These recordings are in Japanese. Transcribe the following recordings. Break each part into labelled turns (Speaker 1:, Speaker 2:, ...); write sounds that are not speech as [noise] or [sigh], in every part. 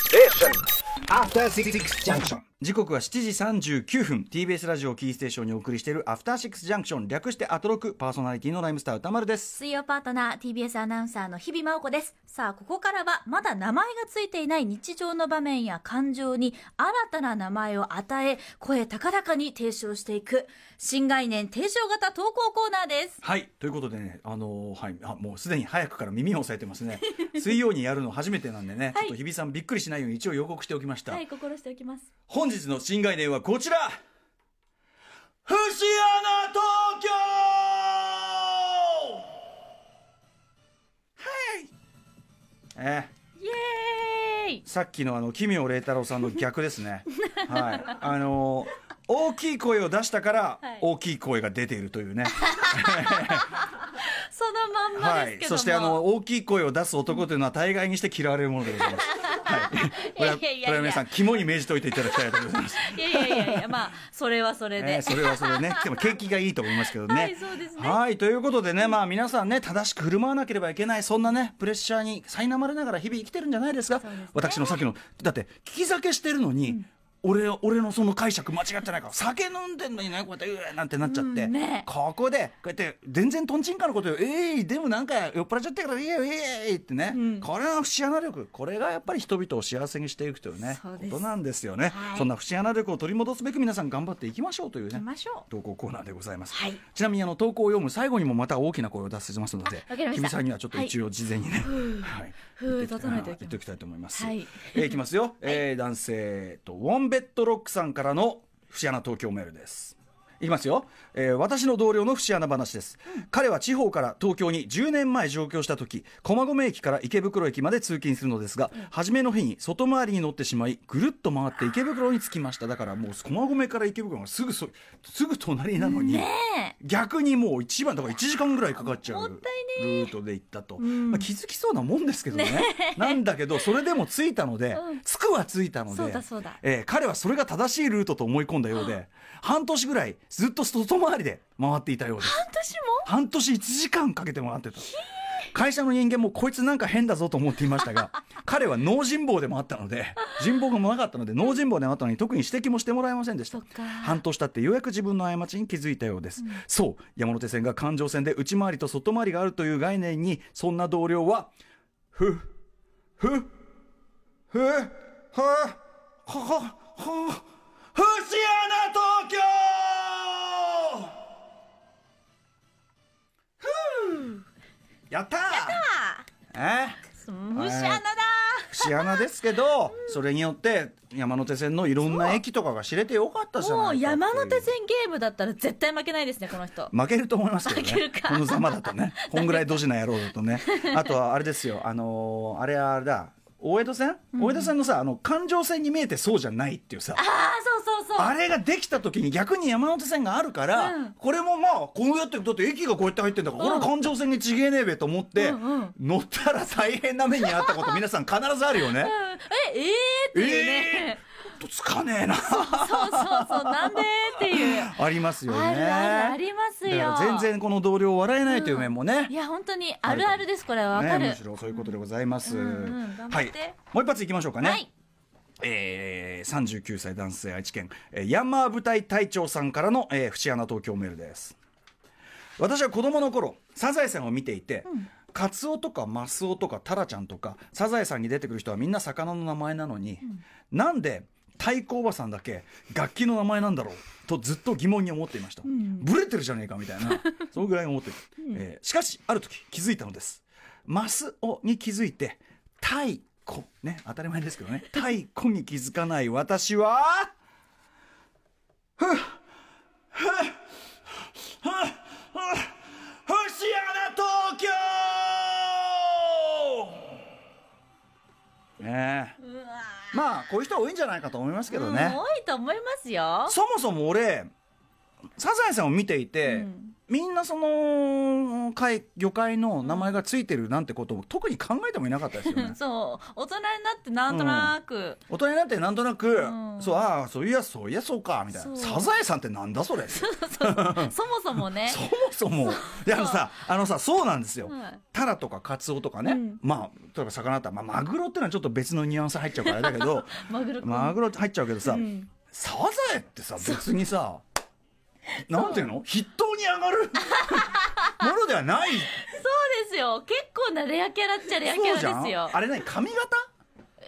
Speaker 1: Station. After Six Junction.
Speaker 2: 時刻は7時39分 TBS ラジオキーステーションにお送りしている「アフターシックスジャンクション」略して「アトロク」パーソナリティのライムスター歌丸です
Speaker 3: 水曜パートナー TBS アナウンサーの日々真央子ですさあここからはまだ名前がついていない日常の場面や感情に新たな名前を与え声高々に提唱していく新概念提唱型投稿コーナーです
Speaker 2: はいということでね、あのーはい、あもうすでに早くから耳を押さえてます [laughs] ね水曜にやるの初めてなんでね、
Speaker 3: は
Speaker 2: ち
Speaker 3: い
Speaker 2: ょっと日比さんびっくりしないように一応予告しておきました、
Speaker 3: はい心しておきます
Speaker 2: 本日の新概念はこちら節穴東京はいええ
Speaker 3: イエーイ
Speaker 2: さっきのあの奇妙麗太郎さんの逆です
Speaker 3: [laughs]
Speaker 2: ね。はい、あのー大きい声を出したから
Speaker 3: はい
Speaker 2: 大きい声が出ていると
Speaker 3: [laughs]
Speaker 2: いうね、
Speaker 3: そのまんま
Speaker 2: は
Speaker 3: です
Speaker 2: い、
Speaker 3: けども、
Speaker 2: そしてあの大きい声を出す男というのは大概にして嫌われるものでございます。はい、これはい
Speaker 3: [laughs] やいやいや
Speaker 2: これは皆さん肝に銘じておいていただきたいと思います。
Speaker 3: いやいやいやいやまあそれはそれで、
Speaker 2: えーそれはそれね
Speaker 3: [laughs]
Speaker 2: でも景気がいいと思いますけどね。
Speaker 3: はいそうですね
Speaker 2: はいということでねまあ皆さんね正しく振る舞わなければいけないそんなねプレッシャーに苛まれながら日々生きてるんじゃないですか
Speaker 3: そうですね
Speaker 2: 私のさっきのだって聞き酒してるのに、俺俺のその解釈間違ってないから酒飲んでんのにねこうやってうえなんてなっちゃって、
Speaker 3: うんね
Speaker 2: ここでこうやって全然とんちんかのことを「えい、でもなんか酔っ払っちゃったからいいよいいよいいよ」ってね、
Speaker 3: うん
Speaker 2: これは節穴力これがやっぱり人々を幸せにしていくというね
Speaker 3: そうです
Speaker 2: ことなんですよね、
Speaker 3: はい
Speaker 2: そんな節穴力を取り戻すべく皆さん頑張っていきましょうという
Speaker 3: 行
Speaker 2: ね
Speaker 3: きましょう
Speaker 2: 投稿コーナーでございます、
Speaker 3: はい
Speaker 2: ちなみにあの投稿を読む最後にもまた大きな声を出しますので
Speaker 3: あわかりました
Speaker 2: 君さんにはちょっと一応事前にね、
Speaker 3: ふう
Speaker 2: はい
Speaker 3: ふ
Speaker 2: 言って
Speaker 3: う
Speaker 2: おきた
Speaker 3: 整えて
Speaker 2: 言
Speaker 3: おきます
Speaker 2: っておきたいと思います、
Speaker 3: はい
Speaker 2: えーいき [laughs] ますよ、えー男性えっとウォンベットロックさんからの節穴東京メールですいきますよ、えー私の同僚の節穴話です、彼は地方から東京に10年前上京した時駒込駅から池袋駅まで通勤するのですが、初めの日に外回りに乗ってしまいぐるっと回って池袋に着きましただからもう駒込から池袋がすぐそすぐ隣なのに、
Speaker 3: ね
Speaker 2: 逆にもう一番だから1時間ぐらいかかっちゃ
Speaker 3: もった
Speaker 2: うルートで行ったと、
Speaker 3: ん
Speaker 2: まあ、気づきそうなもんですけどね [laughs] なんだけどそれでも着いたので、
Speaker 3: うん
Speaker 2: 着くは着いたので
Speaker 3: そうだそうだ
Speaker 2: えー彼はそれが正しいルートと思い込んだようで半年ぐらいずっと外回りで回っていたようです
Speaker 3: 半年も
Speaker 2: 半年1時間かけて回ってた会社の人間もこいつなんか変だぞと思っていましたが彼は脳人坊でもあったので人望がもなかったので脳人坊でもあったのに特に指摘もしてもらえませんでした
Speaker 3: そっか
Speaker 2: 半年経ってようやく自分の過ちに気づいたようです、そう山手線が環状線で内回りと外回りがあるという概念にそんな同僚はふふふはははは節穴東京やったー
Speaker 3: あ
Speaker 2: ええ
Speaker 3: ー虫穴だ
Speaker 2: 節穴ですけど、それによって山手線のいろんな駅とかが知れてよかったじゃ
Speaker 3: も
Speaker 2: な
Speaker 3: う
Speaker 2: いかっていう
Speaker 3: 山手線ゲームだったら絶対負けないですねこの人
Speaker 2: 負けると思いますけど
Speaker 3: 負け
Speaker 2: ね
Speaker 3: るか
Speaker 2: このざまだと
Speaker 3: [laughs]
Speaker 2: ねこんぐらいドジな野郎だとねあとはあれですよあのーあれあれだ大江戸線、大江戸線のさあの環状線に見えてそうじゃないっていうさ
Speaker 3: ああそうそうそう
Speaker 2: あれができた時に逆に山手線があるから、
Speaker 3: うん
Speaker 2: これもまあこうやってだって駅がこうやって入ってんだから、これは環状線にちげえねえべと思って、
Speaker 3: うんうん
Speaker 2: 乗ったら大変な目に遭ったこと皆さん必ずあるよね。
Speaker 3: ええー、っていう
Speaker 2: え
Speaker 3: ね、
Speaker 2: ーとつかねえな
Speaker 3: そうそうそうなんでって
Speaker 2: [laughs]
Speaker 3: いう
Speaker 2: ありますよね
Speaker 3: あるあるありますよ
Speaker 2: だから全然この同僚を笑えないという面もね、
Speaker 3: いや本当にあるあるですこれはわかる、
Speaker 2: ね、むしろそういうことでございます、
Speaker 3: うんうん頑張って
Speaker 2: はいもう一発いきましょうかね、
Speaker 3: はい
Speaker 2: えー、39歳男性愛知県、えー、ヤンマー部隊隊長さんからの、えー、節穴東京メールです私は子供の頃サザエさんを見ていて、カツオとかマスオとかタラちゃんとかサザエさんに出てくる人はみんな魚の名前なのに、なんで太鼓おばさんだけ楽器の名前なんだろうとずっと疑問に思っていました、ブレてるじゃねえかみたい [laughs] なそのぐらい思ってる、えーしかしある時気づいたのですマスオに気づいて太鼓ね当たり前ですけ [laughs] どね太鼓に気づかない私はふっふっふっふっ節穴東京ねえ
Speaker 3: うわ
Speaker 2: まあこういう人は多いんじゃないかと思いますけど
Speaker 3: ー
Speaker 2: ね、
Speaker 3: 多いと思いますよ
Speaker 2: そもそも俺サザエさんを見ていて、
Speaker 3: うん
Speaker 2: みんなその海魚介の名前がついてるなんてことを特に考えてもいなかったですよね
Speaker 3: [laughs] そう大人になってなんとなく、
Speaker 2: 大人になってなんとなく、
Speaker 3: うん
Speaker 2: そうああそういやそういやそうかみたいな
Speaker 3: そう
Speaker 2: サザエさんってなんだそれそも
Speaker 3: そもそもね
Speaker 2: そもいやあのさあのさそうなんですよ、
Speaker 3: はい
Speaker 2: タラとかカツオとかね、
Speaker 3: うん
Speaker 2: まあ例えば魚だったら、まあ、マグロってのはちょっと別のニュアンス入っちゃうからあれだけ
Speaker 3: [laughs]
Speaker 2: ど
Speaker 3: マグロ君
Speaker 2: マグロって入っちゃうけどさ、
Speaker 3: うん
Speaker 2: サザエってさ別にさなんていうの筆頭に上が
Speaker 3: [laughs]
Speaker 2: るものではない
Speaker 3: そうですよ結構なレアキャラっちゃレアキャラ
Speaker 2: そうじゃ
Speaker 3: ですよ
Speaker 2: んあれ何髪型、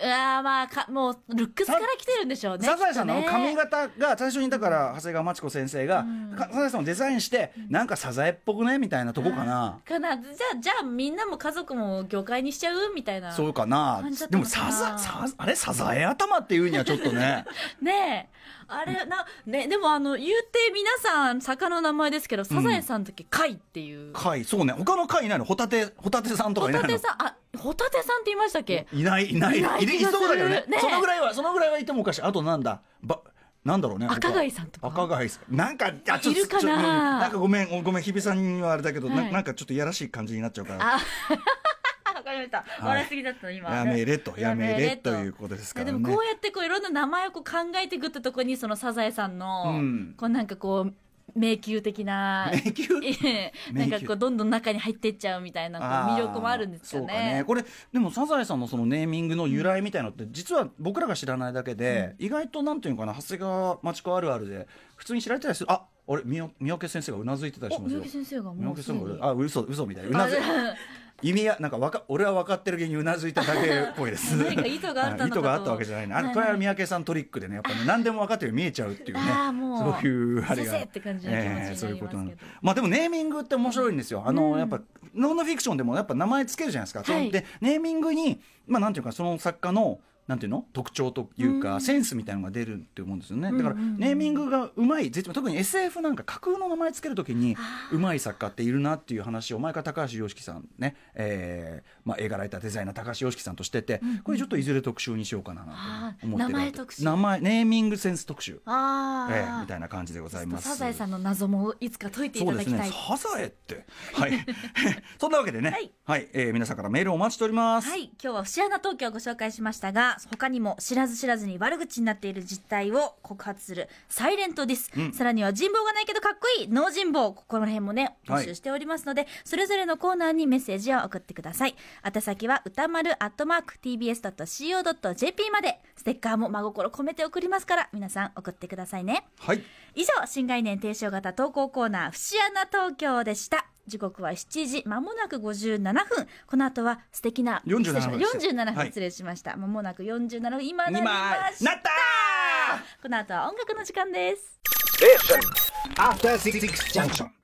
Speaker 3: ああまあかもうルックスから来てるんでしょうね
Speaker 2: サザエさんの髪
Speaker 3: きっ
Speaker 2: 型が最初にだから長谷川町子先生が、
Speaker 3: うん
Speaker 2: かサザエさんをデザインしてなんかサザエっぽくねみたいなとこかな、
Speaker 3: とねかなじゃあじゃあみんなも家族も魚介にしちゃうみたいな
Speaker 2: そうかな
Speaker 3: 感じだった
Speaker 2: で
Speaker 3: の
Speaker 2: も
Speaker 3: かな
Speaker 2: サザサあれサザエ頭っていうにはちょっとね
Speaker 3: ねえあれなねでもあの言うて皆さん魚の名前ですけどサザエさんだけ貝っていう、
Speaker 2: 貝そうね他の貝いないのホタテホタテさんとか
Speaker 3: ホ
Speaker 2: いない
Speaker 3: タ
Speaker 2: の
Speaker 3: テさんあホタテさんって言いましたっけ
Speaker 2: いないいない
Speaker 3: いない
Speaker 2: いるい
Speaker 3: 気がする
Speaker 2: そうだけどね
Speaker 3: ね
Speaker 2: そのぐらいはそのぐらいはいてもおかしいあとなんだばなんだろうね他
Speaker 3: 赤貝さんとか
Speaker 2: 赤貝さんなんかあ
Speaker 3: いるかな
Speaker 2: ちょっとなんかごめんごめん日比さんにはあれだけど、
Speaker 3: は
Speaker 2: ないなんかちょっといやらしい感じになっちゃうから
Speaker 3: あわかりました笑いすぎだった今
Speaker 2: やめれとやめれということですから
Speaker 3: ね、で
Speaker 2: ね
Speaker 3: もこうやってこういろんな名前をこう考えていくってとこにそのサザエさんの、
Speaker 2: うん
Speaker 3: こうなんかこう迷宮的な
Speaker 2: 迷
Speaker 3: [laughs]
Speaker 2: 宮
Speaker 3: な
Speaker 2: 宮
Speaker 3: んかこうどんどん中に入っていっちゃうみたいなこう魅力もあるんですよ
Speaker 2: あーそうかね
Speaker 3: ね。
Speaker 2: これでもサザエさんのそのネーミングの由来みたいのって、実は僕らが知らないだけで、意外となんていうのかな長谷川町子あるあるで普通に知られてたりするああれ三宅三宅先生がうなずいてたりし
Speaker 3: お
Speaker 2: ます
Speaker 3: 三
Speaker 2: よ
Speaker 3: 宅先生が
Speaker 2: 三
Speaker 3: もう
Speaker 2: 宅
Speaker 3: す
Speaker 2: さ
Speaker 3: で
Speaker 2: ん
Speaker 3: に
Speaker 2: があ嘘嘘みたいうな
Speaker 3: [laughs]
Speaker 2: ずい意味やなんかわか俺は分かってる気にうなずいただけっぽいです
Speaker 3: [laughs] 何か意図があったのかと
Speaker 2: 意図があったわけじゃないねあれ
Speaker 3: はい
Speaker 2: これは三宅さんトリックでねやっぱね何でも分かってるように見えちゃうっていうね
Speaker 3: あーもう
Speaker 2: そういうあれが
Speaker 3: 先生って感じの気持ちになりますけど
Speaker 2: そういうことなのまあでもネーミングって面白いんですよあの、やっぱノンノンフィクションでもやっぱ名前つけるじゃないですか、
Speaker 3: はい
Speaker 2: でネーミングにまあなんていうかその作家のなんていうの特徴というか、センスみたいなのが出るって思うんですよねだから
Speaker 3: うんうんうん
Speaker 2: ネーミングがうまいぜ特に SF なんか架空の名前つけるときにうまい作家っているなっていう話を前から高橋洋樹さんね、えーまあ、映画ライターデザイナー高橋洋樹さんとしてて、これちょっといずれ特集にしようかななんて思ってる
Speaker 3: あー名前特集
Speaker 2: 名前ネーミングセンス特集、
Speaker 3: あ
Speaker 2: え
Speaker 3: ー
Speaker 2: ーみたいな感じでございます
Speaker 3: サザエさんの謎もいつか解いていただきたい。
Speaker 2: そうですね。サザエって。
Speaker 3: [laughs]
Speaker 2: はい。そんなわけでね。
Speaker 3: は
Speaker 2: はいい、えー皆さんからメールをお待ちしております。
Speaker 3: はい、今日は節穴東京をご紹介しましたが、他にも知らず知らずに悪口になっている実態を告発するサイレントディス、さらには人望がないけどかっこいい脳人望、ここら辺もね、
Speaker 2: は
Speaker 3: 募
Speaker 2: い
Speaker 3: 集しておりますので、それぞれのコーナーにメッセージを送ってください。宛先は歌丸アットマーク tbs.co.jp まで、ステッカーも真心込めて送りますから、皆さん送ってくださいね。
Speaker 2: はい。
Speaker 3: 以上、新概念提唱型投稿コーナー、節穴東京でした。時刻は7時、まもなく57分。この後は素敵な、
Speaker 2: 47分
Speaker 3: 失礼しました47分、
Speaker 2: はい
Speaker 3: 失礼しました。まもなく47分、今なり
Speaker 2: 今
Speaker 3: ました。
Speaker 2: なったー
Speaker 3: この後は音楽の時間です。
Speaker 1: After Six Junction.